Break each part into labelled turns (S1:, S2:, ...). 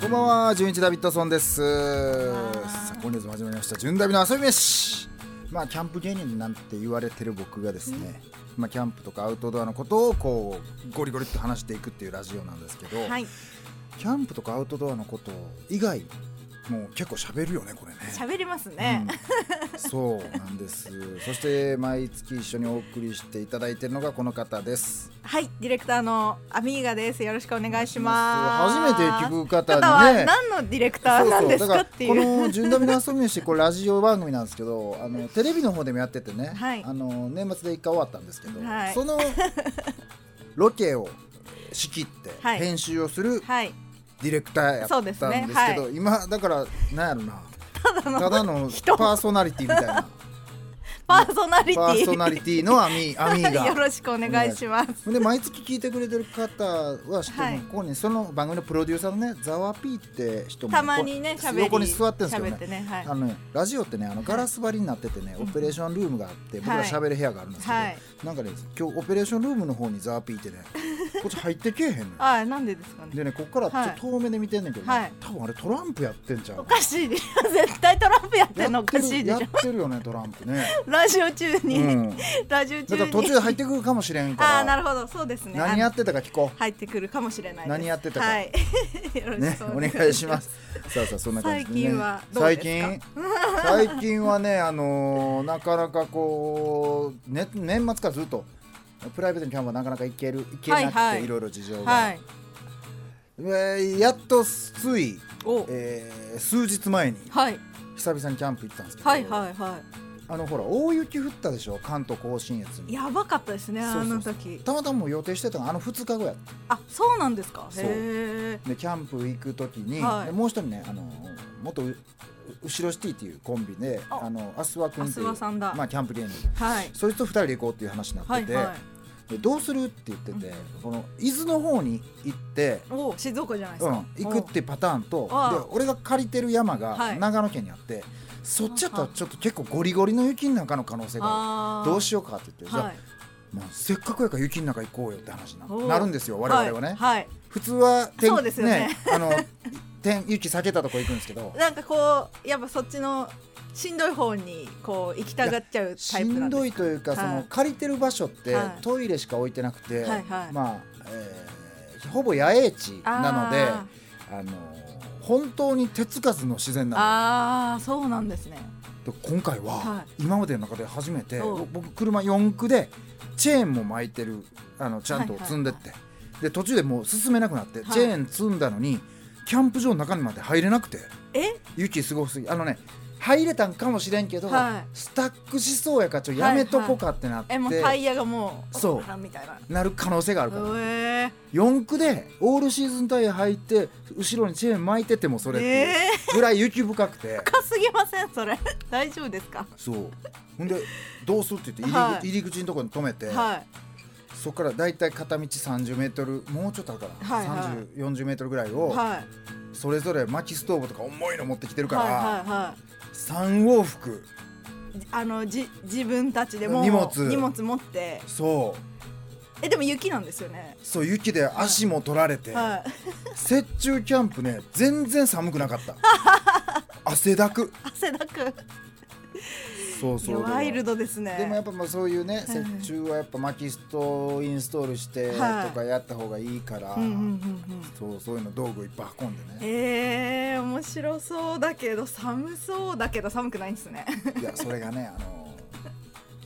S1: こんばんは、純一ダビッドソンです。
S2: ん
S1: さあ今月も始まりました、純ダビの遊び飯。まあ、キャンプ芸人なんて言われてる僕がですね、まあ、キャンプとかアウトドアのことをこうゴリゴリっと話していくっていうラジオなんですけど、
S2: はい、
S1: キャンプとかアウトドアのこと以外もう結構喋るよねこれね。
S2: 喋りますね。
S1: うんそうなんです。そして毎月一緒にお送りしていただいているのがこの方です。
S2: はい、ディレクターのアミーガです。よろしくお願いします。
S1: 初めて聞く方にね
S2: 方は何のディレクターなんです
S1: だ
S2: かってい
S1: こ
S2: う。
S1: の「純ダビの遊び飯」これラジオ番組なんですけどあのテレビの方でもやっててね、
S2: はい
S1: あの年末で一回終わったんですけど、
S2: はい
S1: そのロケを仕切って
S2: はい
S1: 編集をする
S2: はい、
S1: ディレクターやったんですけど、
S2: そうですねは
S1: 今だからなんやろな
S2: ただの
S1: ただの
S2: 人
S1: パーソナリティみたいな
S2: パーソナリテ
S1: パーソ
S2: ィ。
S1: ナリティのア ミアミーが
S2: よ。ろしくお願いします。
S1: で毎月聞いてくれてる方は知ってる、
S2: はい
S1: ここにその番組のプロデューサーのねザワピーって人も
S2: たまにね、
S1: ここ
S2: 喋り。
S1: 横に座ってるんですけどね
S2: 喋ってね、はい
S1: あ。のね、ラジオってねあのガラス張りになっててね、オペレーションルームがあって僕ら喋る部屋があるんですけど、
S2: はい
S1: なんかね今日オペレーションルームの方にザーピーってねこっち入ってけえへん ねん
S2: ああ、なんでですかね。
S1: でねこっからちょっと遠目で見てんねんけど、ね
S2: はい
S1: 多分あれトランプやってんじゃん
S2: おかしいでしょ。絶対トランプやってんのおかしいで
S1: やっ
S2: してょ
S1: る。やってるよねトランプ ね、
S2: ラジオ中
S1: う
S2: に、
S1: ん、だ
S2: ラジオ中
S1: から
S2: に。
S1: 途中で入ってくるかもしれんか
S2: あ
S1: ら
S2: あ、なるほど、そうですね。
S1: 何やってたか聞こう
S2: 入ってくるかもしれないです
S1: 何やってたか
S2: はい よろし
S1: ね
S2: く、
S1: お願いします。さあさあそんな感じで、ね、
S2: 最近はどうで
S1: 最
S2: すか
S1: 近最近はねあのーなかなかこうね年末からずっとプライベートのキャンプはなかなか行ける行けなくて、
S2: はいいはい
S1: ろいろ事情が、
S2: はい
S1: えーやっとつい、
S2: お
S1: えー数日前に
S2: はい
S1: 久々にキャンプ行ったんですけど、
S2: はいはいは
S1: あのほら大雪降ったでしょ関東甲信越
S2: い
S1: に。
S2: やばかったですね
S1: そうそう
S2: あ
S1: そう
S2: の時
S1: たまたまもう予定してたのがあの2日後やって
S2: あそうなんですか
S1: そう
S2: へえ
S1: でキャンプ行く時に、
S2: はい
S1: でもう一人ねあの元う後ろシティっていうコンビで
S2: あ
S1: あのアスワ君ってい
S2: ア
S1: う
S2: スワさんだ
S1: まあ、キャンプ芸人
S2: はい
S1: そいつと2人で行こうっていう話にな
S2: は
S1: っ
S2: い
S1: てて、
S2: はい
S1: でどうするって言ってて、この伊豆の方に行って、
S2: お静岡じゃないで
S1: うん
S2: すか、
S1: 行くってパターンとで
S2: ああ
S1: 俺が借りてる山
S2: は
S1: が
S2: い
S1: 長野県にあって、そっちやったらちょっと結構ゴリゴリの雪の中の可能性がある。
S2: あ
S1: どう
S2: よ
S1: しようかって言って、
S2: う
S1: じゃあ
S2: はい
S1: もうせっかくやから雪の中行こうよって話にな
S2: おう
S1: なるんですよ我々はね、
S2: いはい
S1: 普通は天
S2: そうですよね
S1: あの天雪避けたとこ行くんですけど
S2: なんかこうやっぱそっちのしんどい方にこう行きたがっちゃうタ
S1: し
S2: イプなん
S1: ん
S2: です
S1: どいというか、
S2: はい
S1: その借りてる場所って、
S2: はい
S1: トイレしか置いてなくて、
S2: はいはい
S1: まあ、えーほぼ野営地なので
S2: あ
S1: あの本当に手つかずの自然な
S2: ああーそうなんですね
S1: ので今回は、
S2: は
S1: 今までの中で初めて
S2: おう
S1: 僕車四駆でチェーンも巻いてるあのちゃんと積んでって、で途中でもう進めなくなって、
S2: はい
S1: チェーン積んだのにキャンプ場の中にまで入れなくて。
S2: え
S1: 雪すごすぎあのね入れたんかもしれんけど、
S2: はい
S1: スタックしそうやからちょっとやめとこかってなって、
S2: えもうタイヤがもう
S1: そう
S2: わからんみたいな
S1: なる可能性があるから、
S2: ええ
S1: 四駆でオールシーズンタイヤ履いて後ろにチェーン巻いててもそれっていう
S2: え
S1: ぐらい雪深くて、
S2: 深すぎませんそれ 大丈夫ですか
S1: そうほんでどうするって言って入り,、
S2: はい
S1: 入り口のところに止めて、
S2: は
S1: そこからだいたい片道30メートルもうちょっとあるから、
S2: はいはい
S1: 30、40メートルぐらい
S2: い
S1: を
S2: はい
S1: それぞれ薪ストーブとか重いの持ってきてるから、
S2: はいはいは
S1: 3往復
S2: いあのじ自分たちでも
S1: 荷物
S2: 持って
S1: そう
S2: えでも雪なんですよね
S1: そう雪で足も取られて、
S2: ははい
S1: 雪中キャンプね全然寒くなか った汗だく
S2: 汗だく
S1: そうそう
S2: ワイルドで
S1: で
S2: す
S1: もやっ
S2: ね
S1: ぱまあそういうね
S2: はい
S1: 雪中はやっぱ薪ストをインストールしてと
S2: はい
S1: かやった方がいいから、
S2: うんうんうん
S1: そうそういうの道具いっぱい運んで
S2: うん
S1: ね
S2: えー、面白そうだけど寒そうだけど寒くないんですね
S1: いやそれがねあの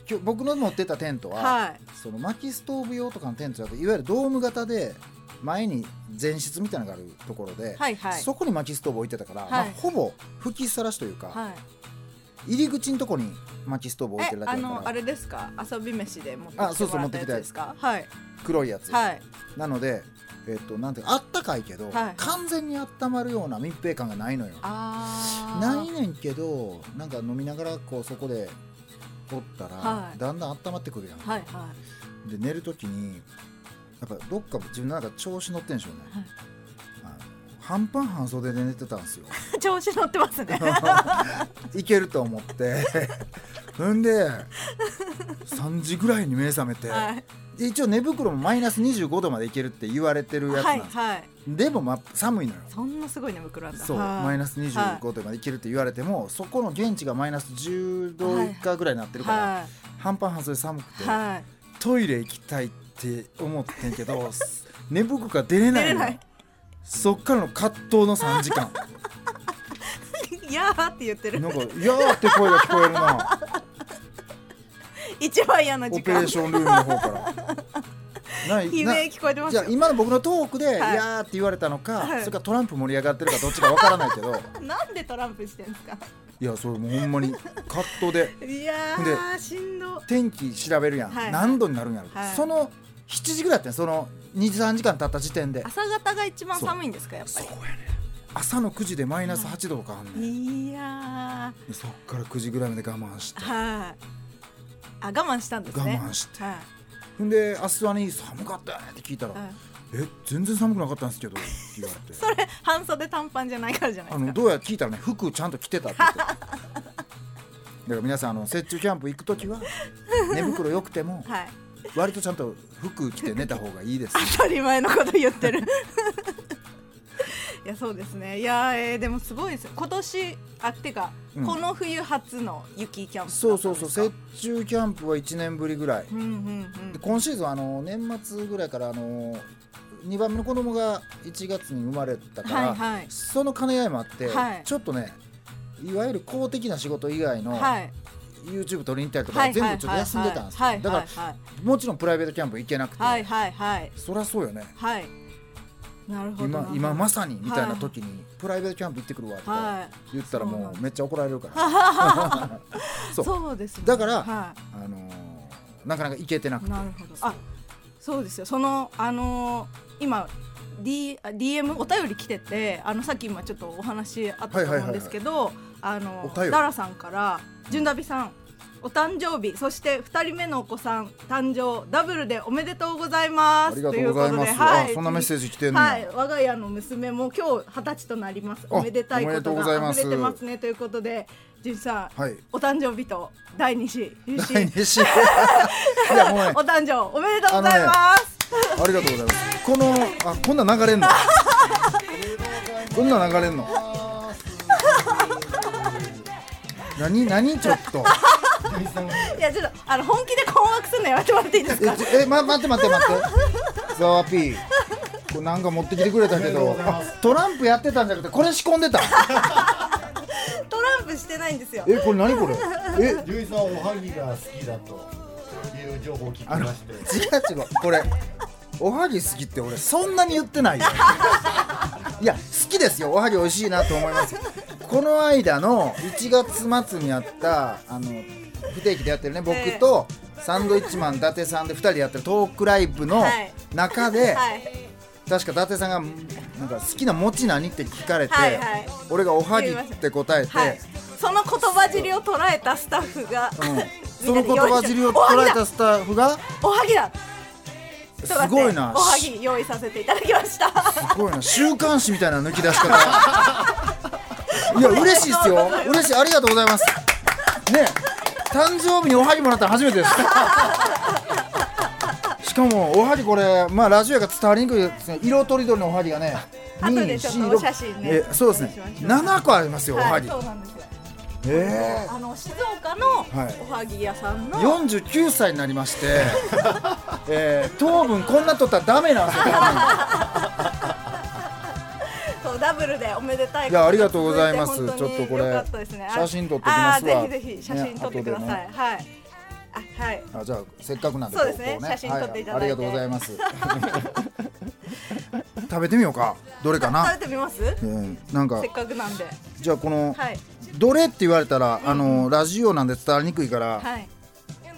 S1: 今日僕の持ってたテントは、
S2: はい
S1: その薪ストーブ用とかのテントだといわゆるドーム型で前に前室みたいなのがあるところで、
S2: はいはい
S1: そこに薪ストーブ置いてたから、
S2: い
S1: まあ、ほぼ吹きさらしというか、
S2: はい
S1: 入り口のとこに薪ストーブ置いて
S2: え
S1: るだ
S2: あ
S1: けだか
S2: の
S1: ら
S2: あれですか遊び飯で持って
S1: あ
S2: き
S1: そ
S2: て
S1: うそう
S2: もらったやつですかはい
S1: 黒いやつ、
S2: はい
S1: なのでえっとなんていうかあったかいけど、
S2: はい
S1: 完全に温まるような密閉感がないのよ
S2: あー
S1: ないねんけどなんか飲みながらこうそこでおったら、
S2: はい
S1: だんだん温まってくるやん、
S2: はいはい
S1: で寝るときにやっぱどっか自分の中で調子乗ってんでしょうね、あの半パン半袖で寝てたん ですよ
S2: 調子乗ってま すね
S1: いけると思って ほんで3時ぐらいに目覚めて、
S2: はい
S1: で一応寝袋もマイナス25度までいけるって言われてるやつな
S2: は
S1: ん
S2: い
S1: です、
S2: はい
S1: でも、ま、寒いのよ
S2: そんなすごい眠くなんだ
S1: そう
S2: はい
S1: マイナス25度までいけるって言われても、そこの現地がマイナス10度以下ぐらいになってるから、
S2: は
S1: 半パン半袖寒く
S2: い
S1: て、
S2: はい
S1: トイレ行きたいって思ってんけどす寝袋が出れないのよ
S2: 出れない
S1: そっからの葛藤の3時間
S2: いやーって言ってる
S1: なんか「いやー」って声が聞こえるな
S2: 一番嫌な
S1: オ
S2: 時
S1: ペレ
S2: 間
S1: ーションルームの方から。ない
S2: 悲
S1: な
S2: 鳴聞こえてま
S1: じ
S2: す
S1: ゃあ
S2: よ
S1: 今の僕のトークで「い
S2: はい
S1: やー」って言われたのか、
S2: はい
S1: それからトランプ盛り上がってるかどっちかわからないけ ど
S2: なんでトランプしてんですか
S1: いやそれもうほんまに葛藤で
S2: いやーしんど
S1: 天気調べるやん、
S2: はい
S1: 何度になるんやろ、
S2: はい
S1: その7時ぐらいやってんその23時間経った時点で
S2: 朝方が一番寒いんですかやっぱ
S1: そうやね朝の9時でマイナス8度とかあんねん、
S2: りいや
S1: でそっから9時ぐらいまで我慢して
S2: ーはいあ我慢したんですね
S1: 我慢して
S2: はい
S1: ほんで明日はね寒かったよねって聞いたら「
S2: はい
S1: え全然寒くなかったんですけど」って言われて
S2: それ半袖短パンじゃないからじゃない
S1: あ
S2: です
S1: の
S2: か
S1: どうやら聞いたらね服ちゃんと着てたって言 ってだから皆さんあの雪中キャンプ行く時は寝袋良くても
S2: はい
S1: 割とちゃんと服着て寝た方がいいです
S2: 当たり前のこと言ってる いやそうですねいやー、えーでもすごいですよ今年あってか、
S1: うん
S2: この冬初の雪キャンプ
S1: そうそうそうう雪中キャンプは1年ぶりぐらい
S2: うんうんうん
S1: で今シーズンあの年末ぐらいからあの2番目の子供が1月に生まれたから、
S2: はいはい
S1: その兼ね合いもあって、
S2: はい
S1: ちょっとねいわゆる公的な仕事以外の
S2: はい
S1: YouTube 撮りに行ったりとか、
S2: はいはい
S1: 全部ちょっと休んでたんですよ、
S2: はい
S1: だ
S2: は
S1: か
S2: い
S1: ら、もちろんプライベートキャンプ行けなくて、
S2: はいはいはい
S1: そりゃそうよね
S2: はいなるほどな
S1: 今今まさにみたいな時に、プライベートキャンプ行ってくるわと
S2: は
S1: か
S2: い
S1: 言ったら
S2: そうな
S1: も
S2: んで
S1: う
S2: す
S1: めっちゃ怒られるから、そう
S2: そうですね
S1: だから
S2: は
S1: あのーなかなか行けてなく
S2: い、
S1: て
S2: なるほどあそうですよそのあのー今 D DM お便り来ててあのさっき今ちょっとお話あったと思うんですけどあの
S1: お便り
S2: ダラさんから「純ダビさんお誕生日そして2人目のお子さん誕生ダブルでおめでとうございま
S1: あ
S2: す」
S1: りがとうござい
S2: というこ
S1: ま
S2: と
S1: す
S2: で
S1: あそんなメッセージ来てんの、
S2: はい、我が家の娘も今日二十歳となります。
S1: あ
S2: おめでたいこ
S1: おめ
S2: と
S1: でとうござい
S2: が
S1: ます
S2: 溢れてますねということで、じゅんさん、
S1: はい
S2: お誕生日と第二子、ゆうし
S1: 第二子い やもうね
S2: お誕生おめでとうございます。
S1: ありがとうございます。この、あ、こんなん流れん の。こんなん流れんの。何、何、ちょっと。
S2: いやちょっとあの本気で困惑するのやめてもらっていいです
S1: え
S2: か。
S1: ちょえ、ま、待って、待って、待って。ザワピー。これなんか持ってきてくれたけど、あトランプやってたんじゃなくて、これ仕込んでた。
S2: トランプしてないんですよ。
S1: え、これ、何これ。え、違う、
S3: ゆいさんおはぎが好きだという情報を聞きまして
S1: 違う、これ。おはぎ好きって、俺、そんなに言ってないよ。いや、好きですよ。おはぎ美味しいなと思います。この間の1月末にやった、あの、不定期でやってるね、僕と、サンドイッチマン伊達さんで2人でやってるトークライブの
S2: はい
S1: 中で、
S2: はい。
S1: 確か伊達さんがなんか好きな餅何って聞かれて、
S2: はいはい
S1: 俺がおはぎって答えて、
S2: はい。その言葉尻を捉えたスタッフが、
S1: うんそ
S2: み
S1: の
S2: ん
S1: 言
S2: なで用
S1: 葉
S2: 意して
S1: 尻を捉えたスタッフが
S2: おはぎだ。おはぎだ
S1: す
S2: とかって
S1: ごいな
S2: おはぎ用意させていただきました。
S1: すごいな週刊誌みたいな抜き出し 方いや嬉しいですよ嬉しいありがとうございますね誕生日におはぎもらったの初めて ですしかもおはぎこれまあラジオやから伝わりにくいですね色とりどりのおはぎがね
S2: 後で
S1: に
S2: ちょっと
S1: し
S2: お
S1: ろく
S2: 写真ね
S1: えそうです
S2: お願い
S1: ね
S2: します
S1: 7個ありますよおはぎ、
S2: そうなんですよ。
S1: え
S2: あの静岡の
S1: はい
S2: おはぎ屋さんの、
S1: え49歳になりまして、 えー糖分こんな取ったらダメなんですよ多分
S2: そうダブルでおめでたいこと
S1: いやありがとうございます
S2: 続て
S1: ちょっとこれ
S2: 本当に良かったですねあ
S1: 写真撮ってきますわ
S2: あーぜひぜひ写真撮ってくださ
S1: ね
S2: い、
S1: 後で
S2: はいあはい
S1: あじゃあせっかくなんで
S2: そうですね
S1: ここ
S2: 写真撮っていただいて
S1: ありがとうございます食べてみようかどれかな
S2: 食、べてみます
S1: うん、なんか
S2: せっかくなんで
S1: じゃあこの、
S2: はい
S1: どれって言われたら、あのラジオなんで伝わりにくいから、
S2: はい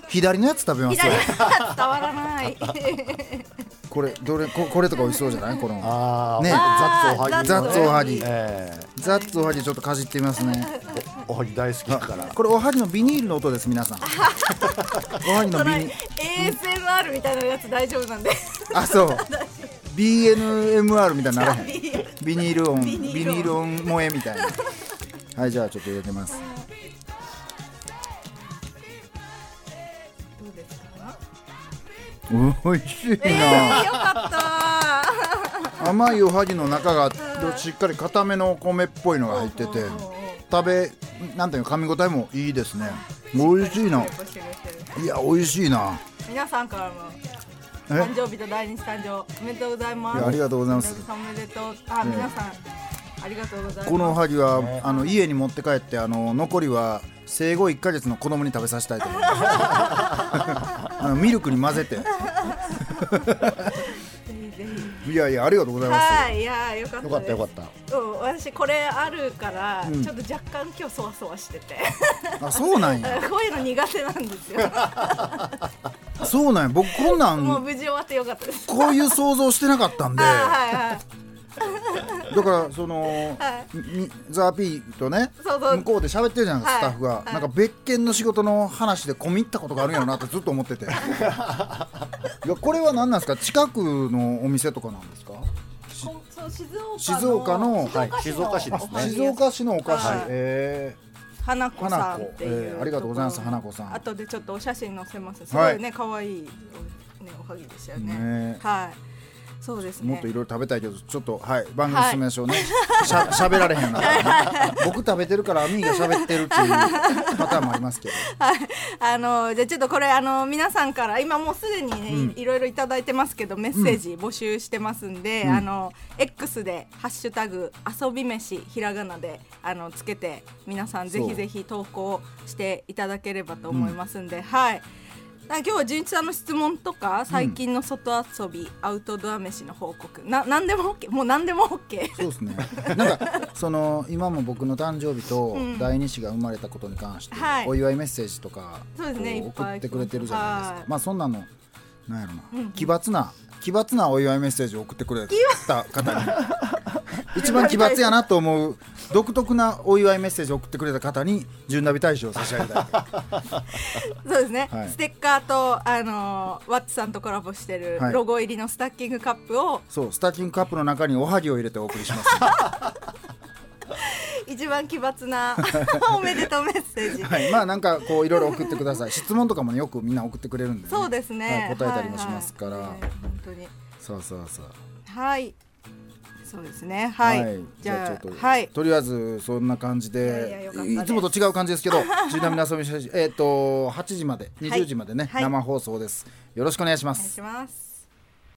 S1: 左のやつ食べます
S2: 左
S1: よ
S2: が伝わらない
S1: これどれここれとか美味しそうじゃないこの
S3: ああ
S1: ね
S3: 雑おはぎ、
S2: あー
S1: 雑おはぎ
S3: え
S1: ザッツおはぎちょっとかじってみますね
S3: えおはぎ大好きだから
S1: これおはぎのビニールの音です皆 さんおはぎの
S2: ト
S1: ビニ
S2: ライ
S1: ール
S2: ASMR みたいなやつ大丈夫なんで
S1: あそう BNMR みたいにならへん
S2: BNMR
S1: ビニール音
S2: ビ
S1: ビ
S2: ニ
S1: ニ
S2: ール
S1: ール音
S2: 音
S1: 萌えみたいな はいじゃあちょっと入れてます
S2: どうですか
S1: おいしい
S2: え
S1: な
S2: ー、よかっ
S1: 甘いおはぎの中がしっかり固めのお米っぽいのが
S2: た
S1: 入ってて
S2: うんうんうん
S1: 食べなんていうの噛み応えもいいですね美味しいな
S2: やっぱしてるしてる
S1: いや美味しいな
S2: 皆さんからも
S1: え
S2: 誕生日と第二次誕生おめでとうございま
S1: い
S2: す
S1: やありがとうございます
S2: おめでとうあ
S1: ね
S2: 皆さんありがとうございます
S1: このおはぎはあの家に持って帰ってあの残りは生後1ヶ月の子供に食べさせたい と思いますあのミルクに混ぜて
S2: ぜひぜひ
S1: いやいやありがとうございます
S2: はいいやーよかった
S3: よかったよか
S2: っ
S3: った
S2: たうん私これあるから、
S1: ん
S2: ちょっと若干今日そわそわしてて
S1: あそうなんや
S2: こういうの苦手なんですよ
S1: そうなんや僕こんな
S2: もうん無事終わってよかったです
S1: こういう想像してなかったんで
S2: あ
S1: だ
S2: はいはい
S1: からその、
S2: は
S1: みザーピーとね
S2: そうそう
S1: 向こうで喋ってるじゃないですか、スタッ
S2: はい
S1: フが、
S2: はい
S1: なんか別件の仕事の話で込み入ったことがあるんやろなってずっと思ってていやこれは何なんですか近くのお店とかなんですか
S2: こそう静岡
S1: 静岡
S2: の
S1: の
S3: はい静岡市ですね
S1: 静岡市のお菓子、
S2: はい
S1: えー
S2: 花子さんっていう、
S1: 花子えーありがとうございます
S2: ころ
S1: 花子さん
S2: 後でちょっとお写真載せますすごいね可愛、い、ねおはぎでしたよね
S1: ね
S2: はいそうですね
S1: もっといろいろ食べたいけどちょっとはい番組進めましょうね、しゃしゃべられへんようになったね僕食べてるからアミーが喋ってるっていうパターンもありますけど
S2: はい、あのじゃあちょっとこれあの皆さんから今もうすでにね、いいろいろいただいてますけどメッセージ募集してますんで、あの X でハッシュタグ遊び飯ひらがなであのつけて皆さんぜひぜひ投稿していただければと思いますんで、はい。あ今日は純一さんの質問とか最近の外遊び、アウトドア飯の報告な何でも OK もう何でも OK
S1: そうですね。なんかその今も僕の誕生日と第二子が生まれたことに関して
S2: はい
S1: お祝いメッセージとか
S2: そうですね
S1: こ
S2: いっぱ
S1: 送
S2: い
S1: ってくれてるじゃないです
S2: はい
S1: か。まあそんなのなんやろな奇抜な奇抜なお祝いメッセージを送ってくれた方 に一番奇抜やなと思う独特なお祝いメッセージを送ってくれた方に純ナビ大賞を差し上げたい。
S2: そうですね、
S1: はい
S2: ステッカーと、あのーワッツさんとコラボしてる
S1: はい
S2: ロゴ入りのスタッキングカップを
S1: そうスタッキングカップの中におはぎを入れてお送りします。
S2: 一番奇抜 なおめでとうメッセージ、
S1: はい。まあなんかこういろいろ送ってください。質問とかもねよくみんな送ってくれるんでね。
S2: そうですね、
S1: はい答えたりもしますから。
S2: はいはい本当に
S1: そうそうそう。
S2: はいそうですねはい、じゃ
S1: ちょっ
S2: あ
S1: と、
S2: はい
S1: とりあえずそんな感じ
S2: いやいや
S1: で
S2: よかった
S1: い
S2: です
S1: つもと違う感じです けど「十七遊び写真」えっ、と8時まで
S2: はい
S1: 20時までね、
S2: はい
S1: 生放送ですよろしくお願いしま
S2: お願い
S1: す
S2: します